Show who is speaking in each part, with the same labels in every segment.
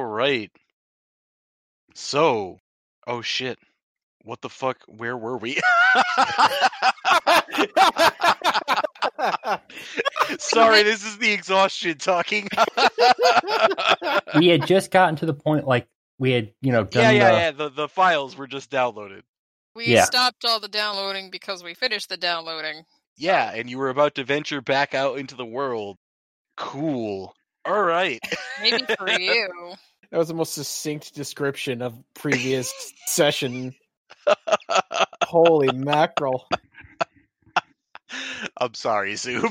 Speaker 1: right. So, oh shit. What the fuck? Where were we? Sorry, this is the exhaustion talking.
Speaker 2: we had just gotten to the point like we had, you know,
Speaker 1: yeah, yeah,
Speaker 2: done the,
Speaker 1: yeah. The, the files were just downloaded.
Speaker 3: We
Speaker 2: Yeah.
Speaker 3: stopped all the downloading because we finished the downloading.
Speaker 1: Yeah, and you were about to venture back out into the world. Cool. All right.
Speaker 3: Maybe for you.
Speaker 4: That was the most succinct description of previous session. Holy mackerel!
Speaker 1: I'm sorry, Zoop.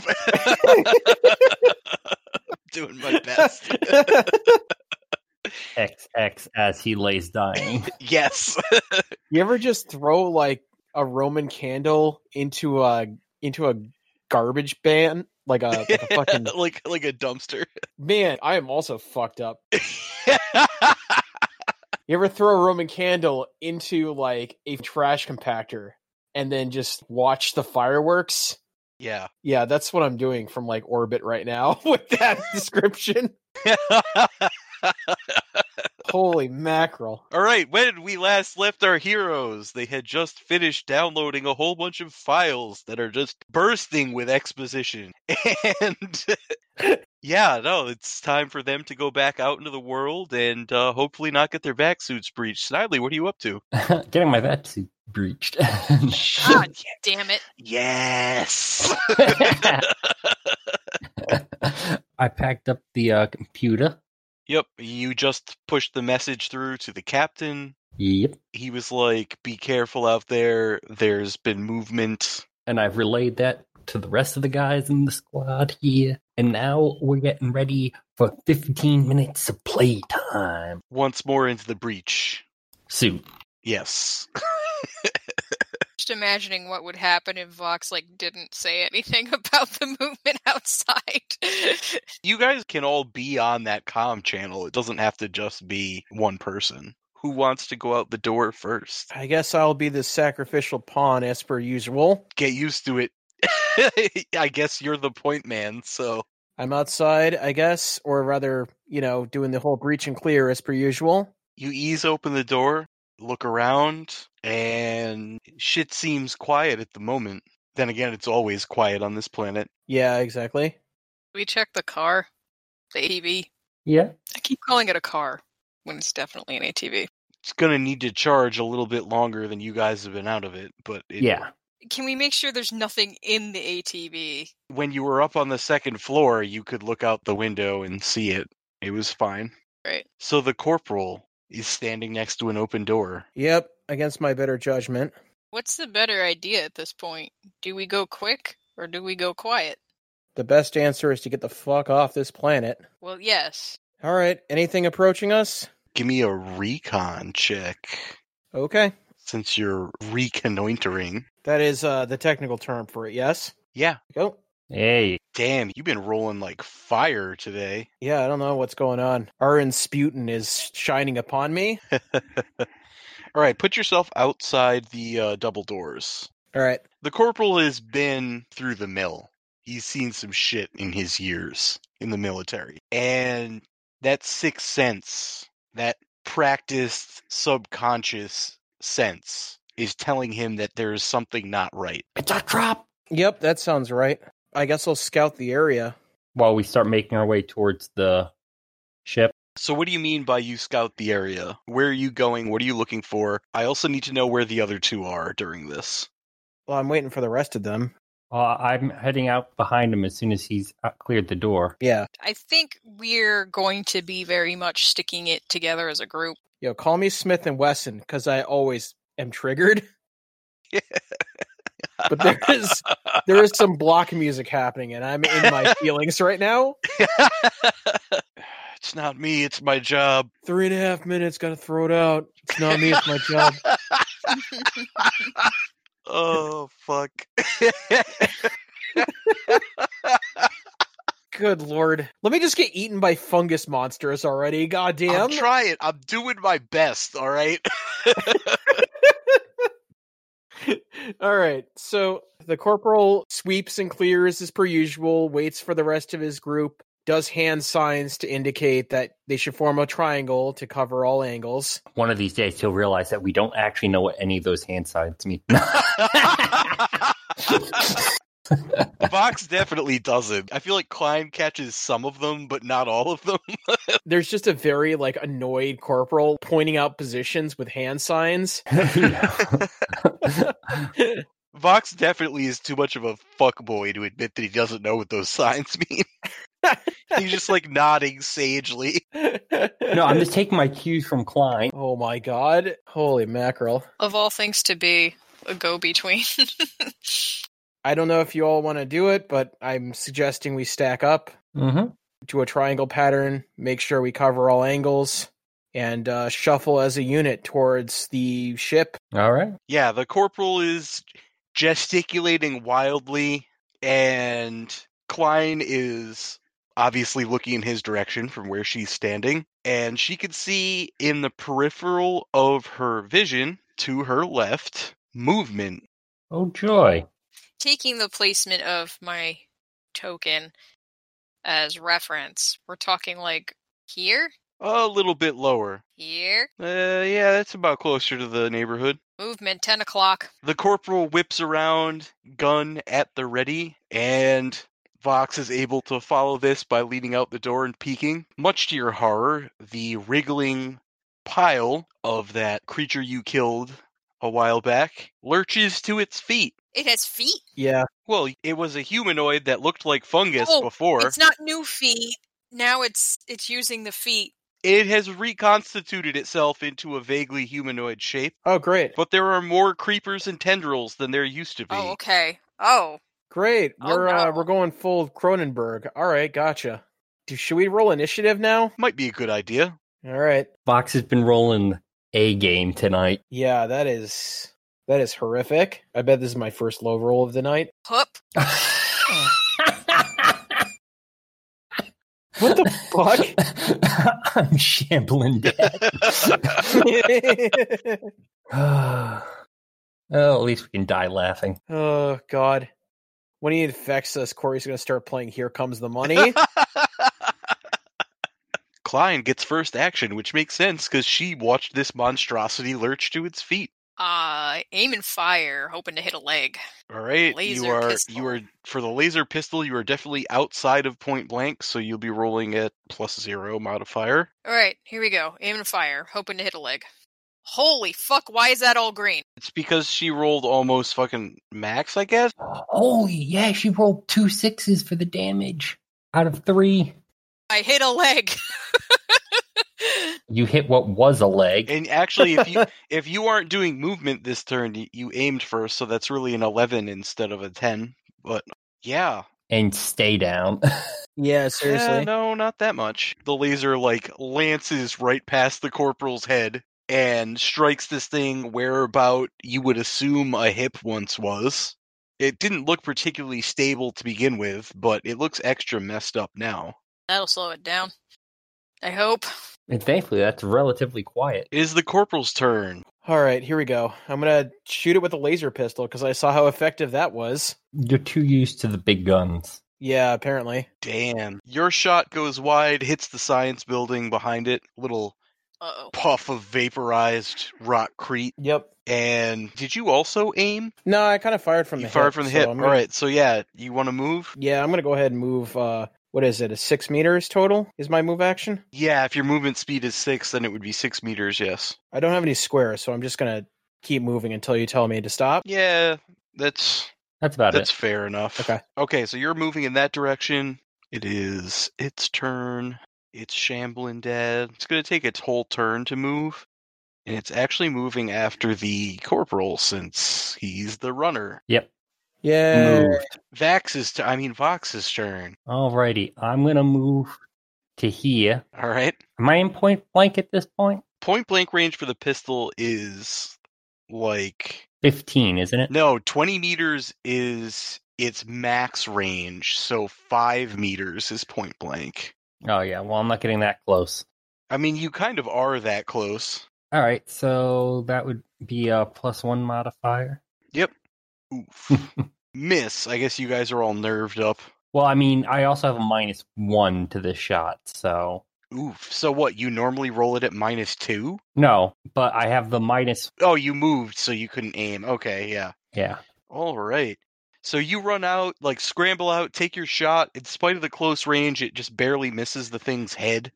Speaker 1: Doing my best.
Speaker 2: XX as he lays dying.
Speaker 1: yes.
Speaker 4: You ever just throw like a Roman candle into a into a garbage bin, like a, like a fucking
Speaker 1: like like a dumpster.
Speaker 4: man? I am also fucked up. You ever throw a Roman candle into like a trash compactor and then just watch the fireworks?
Speaker 1: yeah.
Speaker 4: Yeah, that's what I'm doing from like orbit right now with that description. Holy mackerel!
Speaker 1: All right, when we last left our heroes, they had just finished downloading a whole bunch of files that are just bursting with exposition. And yeah, no, it's time for them to go back out into the world and uh, hopefully not get their back suits breached. Snidely, what are you up to?
Speaker 2: Getting my vet suit breached.
Speaker 3: God damn it.
Speaker 1: yes.
Speaker 2: I packed up the uh, computer.
Speaker 1: Yep, you just pushed the message through to the captain.
Speaker 2: Yep.
Speaker 1: He was like, "Be careful out there. There's been movement."
Speaker 2: and I've relayed that to the rest of the guys in the squad here. And now we're getting ready for 15 minutes of playtime.
Speaker 1: Once more into the breach.
Speaker 2: Suit.
Speaker 1: Yes.
Speaker 3: Just imagining what would happen if Vox like didn't say anything about the movement outside.
Speaker 1: You guys can all be on that comm channel. It doesn't have to just be one person. Who wants to go out the door first?
Speaker 4: I guess I'll be the sacrificial pawn as per usual.
Speaker 1: Get used to it. I guess you're the point man, so
Speaker 4: I'm outside, I guess, or rather, you know, doing the whole breach and clear as per usual.
Speaker 1: you ease open the door, look around, and shit seems quiet at the moment. Then again, it's always quiet on this planet.
Speaker 4: Yeah, exactly.
Speaker 3: we check the car, the ATV.
Speaker 2: Yeah.
Speaker 3: I keep calling it a car when it's definitely an ATV.
Speaker 1: It's going to need to charge a little bit longer than you guys have been out of it, but it,
Speaker 2: Yeah.
Speaker 3: Can we make sure there's nothing in the ATV?
Speaker 1: when you were up on the second floor, you could look out the window and see it. It was fine.
Speaker 3: Right.
Speaker 1: So the corporal is standing next to an open door.
Speaker 4: Yep, against my better judgment.
Speaker 3: What's the better idea at this point? Do we go quick or do we go quiet?
Speaker 4: The best answer is to get the fuck off this planet.
Speaker 3: Well, yes.
Speaker 4: All right, anything approaching us?
Speaker 1: Give me a recon check
Speaker 4: Okay.
Speaker 1: since you're reconnoitering.
Speaker 4: That is uh the technical term for it, yes? Oh,
Speaker 1: Yeah.
Speaker 4: Go.
Speaker 2: Hey.
Speaker 1: Damn, you've been rolling like fire today.
Speaker 4: Yeah, I don't know what's going on. Arin Sputin is shining upon me.
Speaker 1: All right, put yourself outside the uh, double doors.
Speaker 4: All right.
Speaker 1: The corporal has been through the mill. He's seen some shit in his years in the military. And that sixth sense, that practiced subconscious sense, is telling him that there is something not right.
Speaker 2: It's a trap.
Speaker 4: Yep, that sounds right. I guess I'll scout the area.
Speaker 2: While we start making our way towards the ship.
Speaker 1: So, what do you mean by you scout the area? Where are you going? What are you looking for? I also need to know where the other two are during this.
Speaker 4: Well, I'm waiting for the rest of them.
Speaker 2: Uh, I'm heading out behind him as soon as he's uh, cleared the door.
Speaker 4: Yeah.
Speaker 3: I think we're going to be very much sticking it together as a group.
Speaker 4: Yo, call me Smith and Wesson cuz I always am triggered. But there is there is some block music happening and I'm in my feelings right now.
Speaker 1: it's not me, it's my job.
Speaker 4: Three and a half minutes, gotta throw it out. It's not me, it's my job.
Speaker 1: Oh, fuck.
Speaker 4: Good lord. Let me just get eaten by fungus monsters already. Goddamn.
Speaker 1: I'm trying. I'm doing my best. All right.
Speaker 4: All right. So the corporal sweeps and clears as per usual, waits for the rest of his group, does hand signs to indicate that they should form a triangle to cover all angles.
Speaker 2: One of these days, he'll realize that we don't actually know what any of those hand signs mean.
Speaker 1: Vox definitely doesn't. I feel like Klein catches some of them, but not all of them.
Speaker 4: There's just a very like annoyed corporal pointing out positions with hand signs.
Speaker 1: Vox definitely is too much of a fuckboy to admit that he doesn't know what those signs mean. He's just like nodding sagely.
Speaker 2: no, I'm just taking my cues from Klein.
Speaker 4: Oh my god. Holy mackerel.
Speaker 3: Of all things to be a go between.
Speaker 4: I don't know if you all want to do it, but I'm suggesting we stack up
Speaker 2: Mm-hmm.
Speaker 4: to a triangle pattern, make sure we cover all angles, and uh, shuffle as a unit towards the ship.
Speaker 2: All right.
Speaker 1: Yeah, the corporal is gesticulating wildly, and Klein is obviously looking in his direction from where she's standing. And she can see in the peripheral of her vision to her left movement.
Speaker 2: Oh, joy.
Speaker 3: Taking the placement of my token as reference, we're talking like here,
Speaker 1: A little bit lower.
Speaker 3: here,
Speaker 1: Uh, yeah, that's about closer to the neighborhood.
Speaker 3: movement, 10 o'clock.
Speaker 1: The corporal whips around, gun at the ready, and Vox is able to follow this by leaning out the door and peeking. Much to your horror, the wriggling pile of that creature you killed a while back lurches to its feet.
Speaker 3: It has feet.
Speaker 4: Yeah.
Speaker 1: Well, it was a humanoid that looked like fungus
Speaker 3: Oh,
Speaker 1: before.
Speaker 3: It's not new feet. Now it's it's using the feet.
Speaker 1: It has reconstituted itself into a vaguely humanoid shape,
Speaker 4: Oh, great.
Speaker 1: but there are more creepers and tendrils than there used to be.
Speaker 3: Oh, okay. Oh,
Speaker 4: Great.
Speaker 3: Oh,
Speaker 4: We're uh,
Speaker 3: no.
Speaker 4: we're going full Cronenberg. All right, gotcha. Do, should we roll initiative now?
Speaker 1: Might be a good idea.
Speaker 4: All right.
Speaker 2: Vox has been rolling a game tonight.
Speaker 4: Yeah, that is that is horrific. I bet this is my first low roll of the night.
Speaker 3: hoop.
Speaker 4: What the fuck?
Speaker 2: I'm shambling dead. well, Oh, at least we can die laughing.
Speaker 4: Oh God. When he infects us, Corey's gonna start playing Here Comes the Money.
Speaker 1: Klein gets first action, which makes sense because she watched this monstrosity lurch to its feet.
Speaker 3: Uh, aim and fire, hoping to hit a leg.
Speaker 1: All right, you
Speaker 3: Laser
Speaker 1: are you
Speaker 3: pistol.
Speaker 1: are for the laser pistol. You are definitely outside of point blank, so you'll be rolling at plus zero modifier.
Speaker 3: All right, here we go. Aim and fire, hoping to hit a leg. Holy fuck! Why is that all green?
Speaker 1: It's because she rolled almost fucking max, I guess.
Speaker 2: Holy Oh, yeah, she rolled two sixes for the damage out of three.
Speaker 3: I hit a leg.
Speaker 2: You hit what was a leg.
Speaker 1: And actually, if you if you aren't doing movement this turn, you, you aimed first, so that's really an eleven instead of a ten. But yeah,
Speaker 2: and stay down.
Speaker 4: yeah,
Speaker 1: Eh,
Speaker 4: seriously.
Speaker 1: no, not that much. The laser like lances right past the corporal's head and strikes this thing where about you would assume a hip once was. It didn't look particularly stable to begin with, but it looks extra messed up now.
Speaker 3: That'll slow it down. I hope.
Speaker 2: and thankfully, that's relatively quiet.
Speaker 1: It is the corporal's turn.
Speaker 4: All right, here we go. I'm gonna shoot it with a laser pistol because I saw how effective that was.
Speaker 2: You're too used to the big guns.
Speaker 4: Yeah, apparently.
Speaker 1: Damn. Your shot goes wide, hits the science building behind it, little
Speaker 3: Uh oh.
Speaker 1: puff of vaporized rockcrete.
Speaker 4: Yep.
Speaker 1: And did you also aim?
Speaker 4: No, I kind of fired from
Speaker 1: you
Speaker 4: the
Speaker 1: fired
Speaker 4: hip,
Speaker 1: from the
Speaker 4: so
Speaker 1: hip.
Speaker 4: I'm
Speaker 1: All
Speaker 4: gonna-
Speaker 1: right, so yeah, you want to move?
Speaker 4: Yeah, I'm gonna go ahead and move. uh What is it? A six meters total is my move action.
Speaker 1: Yeah, if your movement speed is six, then it would be six meters, yes.
Speaker 4: I don't have any squares, so I'm just gonna keep moving until you tell me to stop.
Speaker 1: Yeah, that's
Speaker 2: That's about
Speaker 1: that's
Speaker 2: it.
Speaker 1: fair enough.
Speaker 4: Okay.
Speaker 1: Okay, so you're moving in that direction. It is its turn. It's shambling dead. It's gonna take its whole turn to move. And it's actually moving after the corporal since he's the runner.
Speaker 4: Yeah.
Speaker 2: Moved.
Speaker 1: Vax's t- I mean Vox's turn.
Speaker 2: Alrighty, I'm gonna move to here.
Speaker 1: All right.
Speaker 2: Am I in point blank at this point?
Speaker 1: Point blank range for the pistol is like
Speaker 2: Fifteen, isn't it?
Speaker 1: No, 20 meters is its max range, so 5 meters is point blank.
Speaker 2: Oh yeah. Well, I'm not getting that close.
Speaker 1: I mean, you kind of are that close.
Speaker 2: All right, so that would be a plus one modifier.
Speaker 1: Oof. Miss. I guess you guys are all nerved up.
Speaker 2: Well, I mean, I also have a minus one to this shot, so
Speaker 1: Oof. So what? You normally roll it at minus two?
Speaker 2: no, but I have the minus.
Speaker 1: Oh, you moved, so you couldn't aim. Okay, yeah.
Speaker 2: Yeah.
Speaker 1: All right. So you run out, like scramble out, take your shot. In spite of the close range, it just barely misses the thing's head.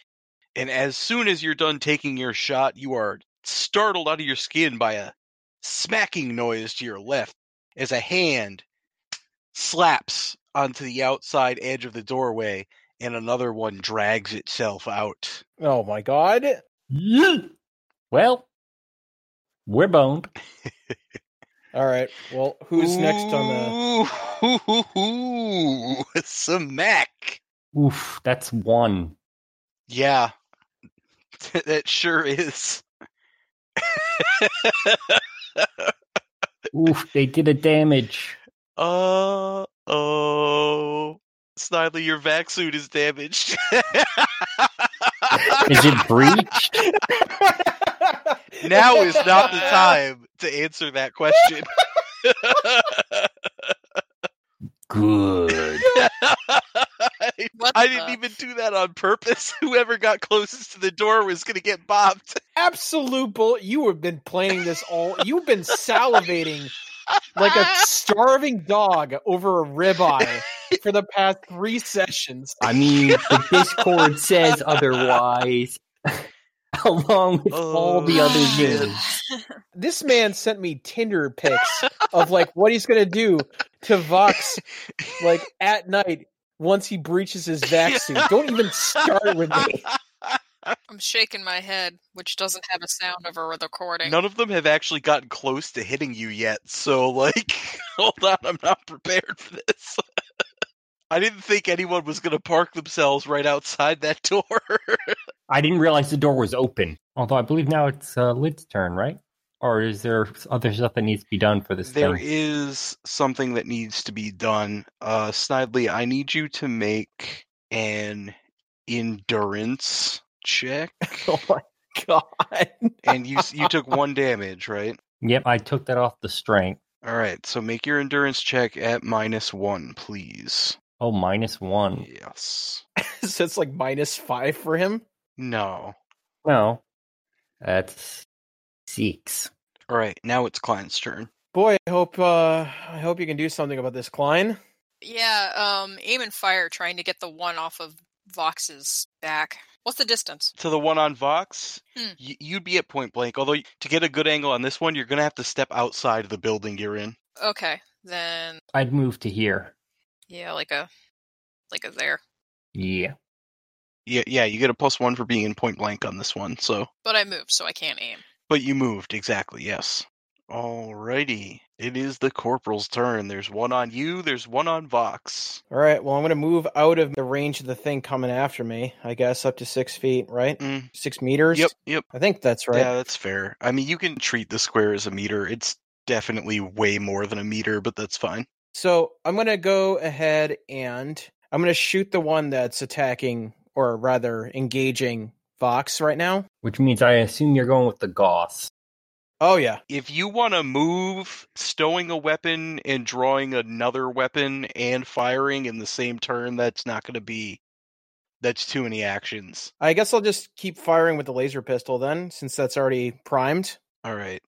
Speaker 1: And as soon as you're done taking your shot, you are startled out of your skin by a smacking noise to your left as a hand slaps onto the outside edge of the doorway and another one drags itself out.
Speaker 4: Oh my god.
Speaker 2: Well, we're boned.
Speaker 4: All right. Well, who's next on
Speaker 1: the smack?
Speaker 2: Oof, that's one.
Speaker 1: Yeah, that sure is.
Speaker 2: Oof, they did a damage.
Speaker 1: Uh oh, Snidely, your vac suit is damaged.
Speaker 2: Is it breached?
Speaker 4: the
Speaker 1: now is not the time to answer that question.
Speaker 2: Good.
Speaker 3: What
Speaker 1: I
Speaker 3: the-
Speaker 1: didn't even do that on purpose. Whoever got closest to the door was going to get bopped.
Speaker 4: Absolute bull you have been planning this all you've been salivating like a starving dog over a ribeye for the past three sessions.
Speaker 2: I mean, the Discord says otherwise, along with all the
Speaker 1: Oh,
Speaker 2: other
Speaker 1: shit.
Speaker 2: news.
Speaker 4: This man sent me Tinder pics of like what he's gonna do to Vox like at night once he breaches his vac suit. Don't even start with me.
Speaker 3: I'm shaking my head, which doesn't have a sound of a recording.
Speaker 1: None of them have actually gotten close to hitting you yet, so like, hold on, I'm not prepared for this. I didn't think anyone was going to park themselves right outside that door.
Speaker 2: I didn't realize the door was open. Although I believe now it's uh, Lid's turn, right? Or is there other stuff that needs to be done for this
Speaker 1: There
Speaker 2: thing?
Speaker 1: is something that needs to be done. Uh, Snidely, I need you to make an endurance check,
Speaker 4: Oh my god.
Speaker 1: and you you took one damage, right?
Speaker 2: Yep, I took that off the strength.
Speaker 1: All right, so make your endurance check at minus one, please.
Speaker 2: Oh, minus one.
Speaker 1: Yes.
Speaker 4: so it's like minus five for him.
Speaker 1: No.
Speaker 2: No, that's six.
Speaker 1: All right, now it's Klein's turn.
Speaker 4: Boy, I hope uh I hope you can do something about this, Klein.
Speaker 3: Yeah, um, aim and fire, trying to get the one off of Vox's back. What's the distance?
Speaker 1: To the one on Vox,
Speaker 3: Hmm.
Speaker 1: y- you'd be at point blank. Although y- to get a good angle on this one, you're gonna have to step outside the building you're in.
Speaker 3: Okay, then
Speaker 2: I'd move to here.
Speaker 3: yeah, like a like a there.
Speaker 2: Yeah.
Speaker 1: Yeah, yeah, you get a plus one for being in point blank on this one. So,
Speaker 3: But I moved, so I can't aim.
Speaker 1: but you moved exactly. Yes. Alrighty, it is the corporal's turn. There's one on you. There's one on Vox.
Speaker 4: All right, well I'm gonna move out of the range of the thing coming after me, I guess up to six feet, right?
Speaker 1: Mm.
Speaker 4: Six meters?
Speaker 1: Yep, yep.
Speaker 4: I think that's right.
Speaker 1: Yeah, that's fair. I mean, you can treat the square as a meter. It's definitely way more than a meter, but that's fine.
Speaker 4: So I'm gonna go ahead and I'm gonna shoot the one that's attacking or rather engaging Vox right now.
Speaker 2: Which means I assume you're going with the Goss.
Speaker 4: Oh yeah.
Speaker 1: if you want to move stowing a weapon and drawing another weapon and firing in the same turn that's not going to be that's too many actions
Speaker 4: I guess I'll just keep firing with the laser pistol then, since that's already primed.
Speaker 1: all right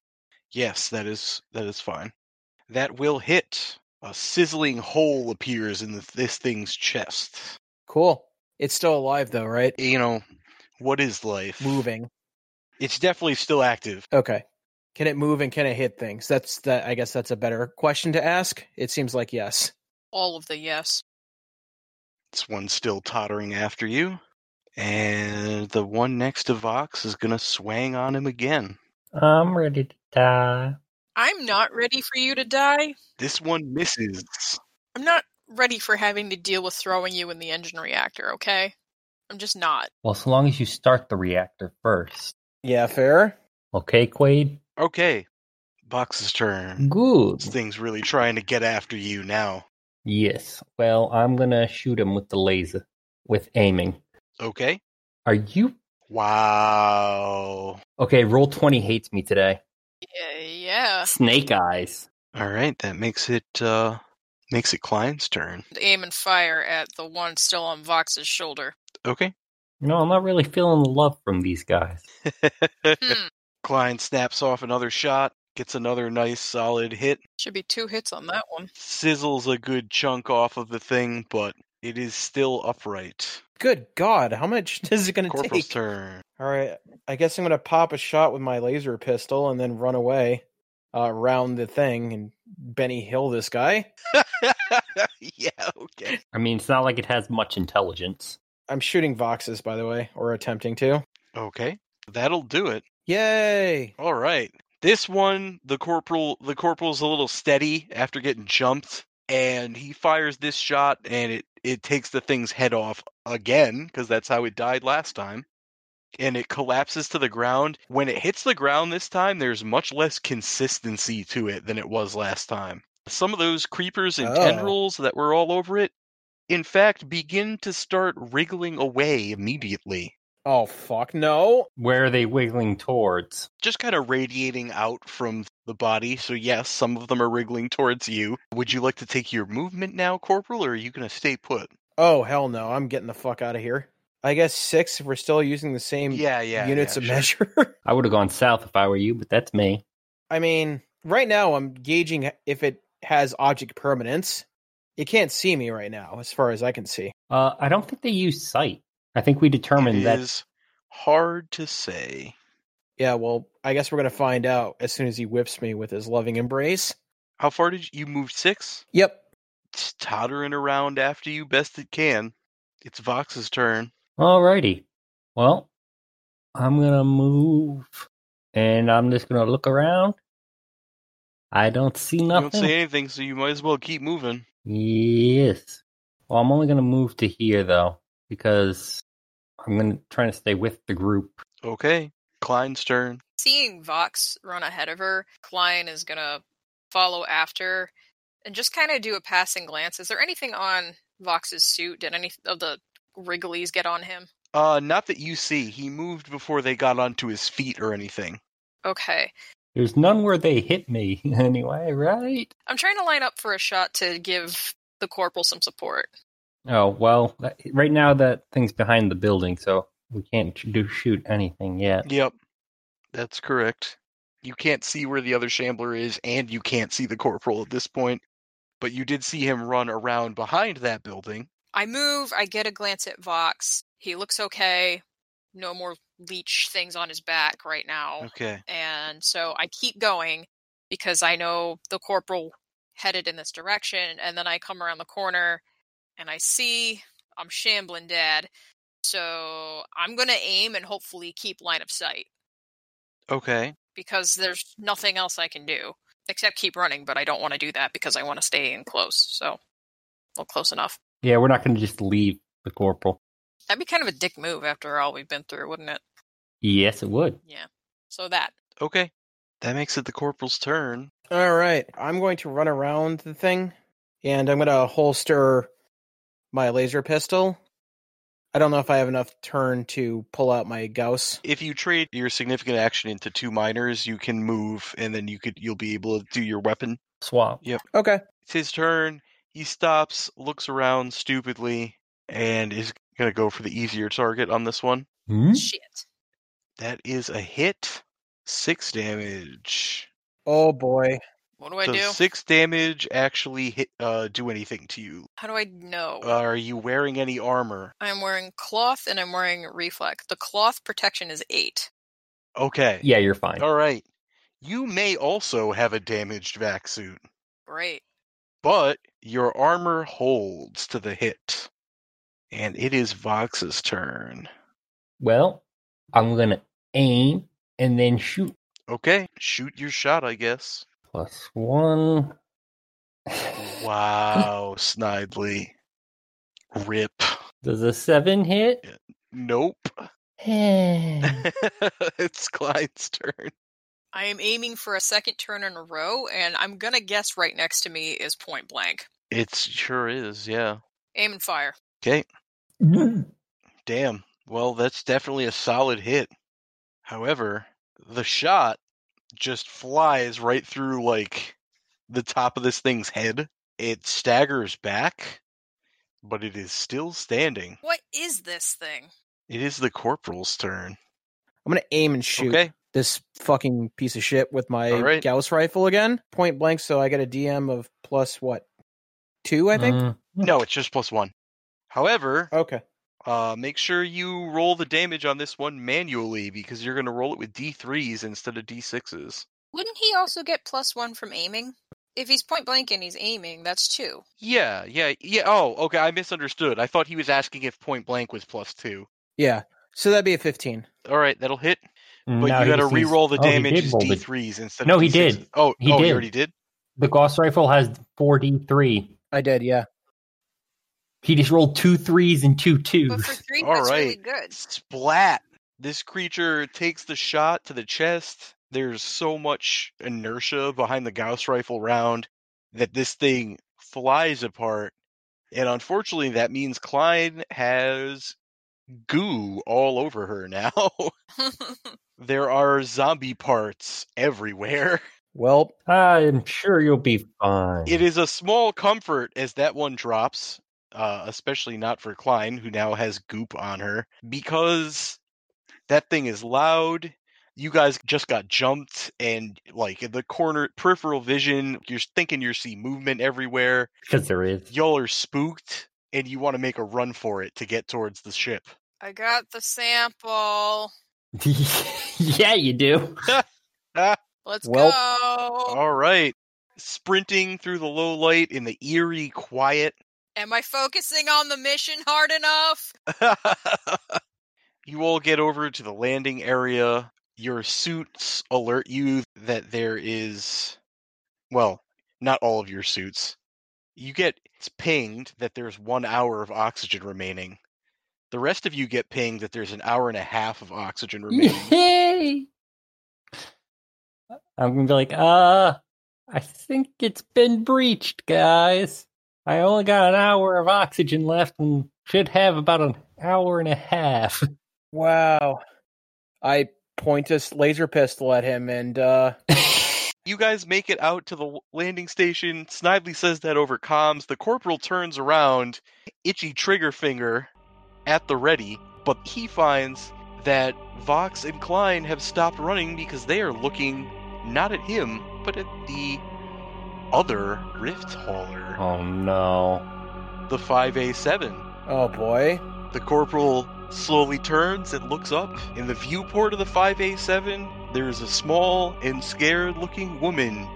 Speaker 1: yes that is that is fine that will hit a sizzling hole appears in the, this thing's chest
Speaker 4: Cool. It's still alive though, right?
Speaker 1: you know what is life
Speaker 4: Moving.
Speaker 1: it's definitely still active
Speaker 4: Okay. Can it move and can it hit things? That's that I guess that's a better question to ask. It seems like yes.
Speaker 3: All of the yes.
Speaker 1: it's one still tottering after you and the one next to vox is going to swang on him again
Speaker 2: I'm ready to die.
Speaker 3: I'm not ready for you to die.
Speaker 1: This one misses.
Speaker 3: I'm not ready for having to deal with throwing you in the engine reactor. Okay, I'm just not.
Speaker 2: Well, so long as you start the reactor first.
Speaker 4: Yeah, fair.
Speaker 2: Okay, Quaid?
Speaker 1: Okay. Box's
Speaker 2: Mm-hmm.
Speaker 1: turn.
Speaker 2: Good.
Speaker 1: This thing's really trying to get after you now.
Speaker 2: Yes. Well, I'm going to shoot him with the laser, with aiming.
Speaker 1: Okay.
Speaker 2: Are you.
Speaker 1: Wow.
Speaker 2: Okay, roll 20 hates me today.
Speaker 3: Yeah, yeah.
Speaker 2: Uh, Snake eyes.
Speaker 1: All right, that makes it uh Makes it Klein's turn.
Speaker 3: Aim and fire at the one still on Vox's shoulder.
Speaker 1: Okay.
Speaker 2: You know, I'm not really feeling the love from these guys.
Speaker 3: Hmm.
Speaker 1: Klein snaps off another shot, gets another nice solid hit,
Speaker 3: Should be two hits on that one.
Speaker 1: sizzles a good chunk off of the thing, but it is still upright.
Speaker 4: Good God, how much is it going to
Speaker 1: Corporal's
Speaker 4: take?
Speaker 1: turn.
Speaker 4: All right, I guess I'm going to pop a shot with my laser pistol and then run away uh, around the thing and Benny Hill this guy.
Speaker 1: yeah, okay.
Speaker 2: I mean, it's not like it has much intelligence.
Speaker 4: I'm shooting Voxes, by the way, or attempting to.
Speaker 1: Okay. That'll do it.
Speaker 4: Yay!
Speaker 1: All right. This one, the corporal, the corporal's a little steady after getting jumped, and he fires this shot, and it it takes the thing's head off again because that's how it died last time, and it collapses to the ground. When it hits the ground this time, there's much less consistency to it than it was last time. Some of those creepers and
Speaker 4: Oh.
Speaker 1: tendrils that were all over it, in fact, begin to start wriggling away immediately.
Speaker 4: Oh fuck no!
Speaker 2: Where are they wiggling towards?
Speaker 1: just kind of radiating out from the body. So yes, some of them are wriggling towards you. Would you like to take your movement now, Corporal, or are you going to stay put?
Speaker 4: Oh hell no! I'm getting the fuck out of here. I guess six if we're still using the same
Speaker 1: Yeah, yeah.
Speaker 4: units
Speaker 1: yeah,
Speaker 4: of
Speaker 1: sure.
Speaker 4: measure.
Speaker 2: I would have gone south if I were you, but that's me.
Speaker 4: I mean, right now I'm gauging if it has object permanence. You can't see me right now, as far as I can see.
Speaker 2: Uh, I don't think they use sight. I think we
Speaker 1: It
Speaker 2: determined that
Speaker 1: is hard to say.
Speaker 4: Yeah, well, I guess we're gonna find out as soon as he whips me with his loving embrace.
Speaker 1: How far did you, you move? Six,
Speaker 4: Yep.
Speaker 1: it's tottering around after you best it can. It's Vox's turn.
Speaker 2: Alrighty. Well, I'm gonna move, and I'm just gonna look around. I don't see
Speaker 1: You don't
Speaker 2: nothing.
Speaker 1: say anything, so you might as well keep moving.
Speaker 2: Yes. Well, I'm only gonna move to here though, because I'm gonna try to stay with the group.
Speaker 1: Okay, Klein's turn.
Speaker 3: Seeing Vox run ahead of her, Klein is gonna follow after and just kind of do a passing glance. Is there anything on Vox's suit? Did any of the wrigglies get on him?
Speaker 1: Uh, not that you see. He moved before they got onto his feet or anything.
Speaker 3: Okay.
Speaker 2: There's none where they hit me anyway, right?
Speaker 3: I'm trying to line up for a shot to give the corporal some support.
Speaker 2: Oh well, that- right now that thing's behind the building, so we can't sh- do shoot anything yet.
Speaker 1: Yep. That's correct. You can't see where the other shambler is, and you can't see the corporal at this point. But you did see him run around behind that building.
Speaker 3: I move, I get a glance at Vox. He looks okay. No more leech things on his back right now.
Speaker 1: Okay.
Speaker 3: And so I keep going because I know the corporal headed in this direction. And then I come around the corner and I see I'm shambling dad. So I'm going to aim and hopefully keep line of sight
Speaker 1: Okay.
Speaker 3: because there's nothing else I can do except keep running. But I don't want to do that because I want to stay in close. So, well, close enough.
Speaker 2: Yeah, we're not gonna just leave the corporal.
Speaker 3: That'd be kind of a dick move after all we've been through, wouldn't it?
Speaker 2: Yes, it would.
Speaker 3: So that.
Speaker 1: Okay. That makes it the corporal's turn.
Speaker 4: All right. I'm going to run around the thing and I'm going to holster my laser pistol. I don't know if I have enough turn to pull out my Gauss.
Speaker 1: If you trade your significant action into two minors, you can move, and then you could you'll be able to do your weapon.
Speaker 2: Swap.
Speaker 4: Okay.
Speaker 1: It's his turn. He stops, looks around stupidly, and is gonna go for the easier target on this one.
Speaker 2: Hmm?
Speaker 3: Shit.
Speaker 1: That is a hit. Six damage.
Speaker 4: Oh boy.
Speaker 3: What do I
Speaker 1: Does
Speaker 3: do?
Speaker 1: six damage actually hit, uh, do anything to you?
Speaker 3: How do I know?
Speaker 1: Are you wearing any armor?
Speaker 3: I'm wearing cloth and I'm wearing reflex. The cloth protection is eight.
Speaker 1: Okay.
Speaker 2: Yeah, you're fine.
Speaker 1: All right. You may also have a damaged vac suit,
Speaker 3: Great.
Speaker 1: but your armor holds to the hit. And it is Vox's turn.
Speaker 2: Well, I'm gonna aim and then shoot.
Speaker 1: Okay. Shoot your shot, I guess.
Speaker 2: Plus one.
Speaker 1: Wow, Snidely. Rip.
Speaker 2: Does a seven hit?
Speaker 1: Nope.
Speaker 2: Eh.
Speaker 1: it's Clyde's turn.
Speaker 3: I am aiming for a second turn in a row, and I'm gonna guess right next to me is point blank.
Speaker 1: It sure is, yeah.
Speaker 3: Aim and fire.
Speaker 1: Okay.
Speaker 2: Mm.
Speaker 1: Damn. Well, that's definitely a solid hit. However, the shot just flies right through like the top of this thing's head It staggers back, but it is still standing.
Speaker 3: What is this thing?
Speaker 1: It is the corporal's turn.
Speaker 4: I'm gonna aim and shoot
Speaker 1: Okay.
Speaker 4: this fucking piece of shit with my
Speaker 1: All right.
Speaker 4: Gauss rifle again, point blank. So I get a DM of plus what two? I think.
Speaker 2: Mm,
Speaker 1: No, it's just plus one. However,
Speaker 4: Okay.
Speaker 1: uh, make sure you roll the damage on this one manually because you're going to roll it with d3s instead of d6s.
Speaker 3: Wouldn't he also get plus one from aiming? If he's point blank and he's aiming, that's two.
Speaker 1: Yeah, yeah, yeah. Oh, okay. I misunderstood. I thought he was asking if point blank was plus two.
Speaker 4: Yeah. So that'd be a 15.
Speaker 1: All right, that'll hit. But
Speaker 2: now
Speaker 1: you
Speaker 2: Mm, he
Speaker 1: got to
Speaker 2: sees-
Speaker 1: re-roll the
Speaker 2: oh, he did
Speaker 1: damage as
Speaker 2: roll the-
Speaker 1: d3s instead.
Speaker 2: No,
Speaker 1: of
Speaker 2: he did.
Speaker 1: D6s. Oh,
Speaker 2: He
Speaker 1: oh,
Speaker 2: did.
Speaker 1: you already did.
Speaker 2: The Gauss rifle has 4d3.
Speaker 4: I did. Yeah.
Speaker 2: He just rolled two threes and two
Speaker 3: But
Speaker 2: twos.
Speaker 3: for three,
Speaker 1: All
Speaker 3: that's really
Speaker 1: right.
Speaker 3: good.
Speaker 1: Splat! This creature takes the shot to the chest. There's so much inertia behind the Gauss rifle round that this thing flies apart. And unfortunately, that means Klein has goo all over her now. there are zombie parts everywhere.
Speaker 4: Well,
Speaker 2: I'm sure you'll be fine.
Speaker 1: It is a small comfort as that one drops, uh, especially not for Klein, who now has goop on her, because that thing is loud. You guys just got jumped, and like in the corner, peripheral vision, you're thinking you see movement everywhere.
Speaker 2: Because there is.
Speaker 1: Y'all are spooked, and you want to make a run for it to get towards the ship.
Speaker 3: I got the sample.
Speaker 2: yeah, you do.
Speaker 3: Let's
Speaker 4: Welp.
Speaker 3: go.
Speaker 1: All right. Sprinting through the low light in the eerie quiet
Speaker 3: Am I focusing on the mission hard enough?
Speaker 1: you all get over to the landing area. Your suits alert you that there is, well, not all of your suits. You get it's pinged that there's one hour of oxygen remaining. The rest of you get pinged that there's an hour and a half of oxygen remaining.
Speaker 2: Yay! I'm gonna be like, uh, I think it's been breached, guys. I only got an hour of oxygen left and should have about an hour and a half.
Speaker 4: wow. I point a s- laser pistol at him and uh
Speaker 1: You guys make it out to the l- landing station. Snidely says that over comms. The corporal turns around, itchy trigger finger at the ready, but he finds that Vox and Klein have stopped running because they are looking not at him, but at the other rift hauler,
Speaker 2: Oh no.
Speaker 1: the 5A7.
Speaker 4: oh boy.
Speaker 1: The corporal slowly turns and looks up. In the viewport of the 5A7, there is a small and scared looking woman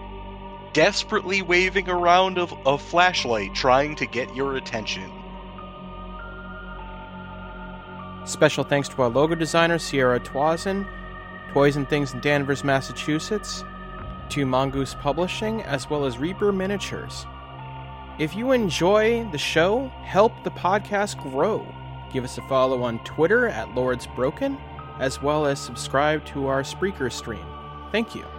Speaker 1: desperately waving around of a flashlight trying to get your attention.
Speaker 4: Special thanks to our logo designer, Sierra Toisin, Toys and Things in Danvers, Massachusetts, to Mongoose Publishing, as well as Reaper Miniatures. If you enjoy the show, help the podcast grow. Give us a follow on Twitter at Lords Broken, as well as subscribe to our Spreaker stream. Thank you.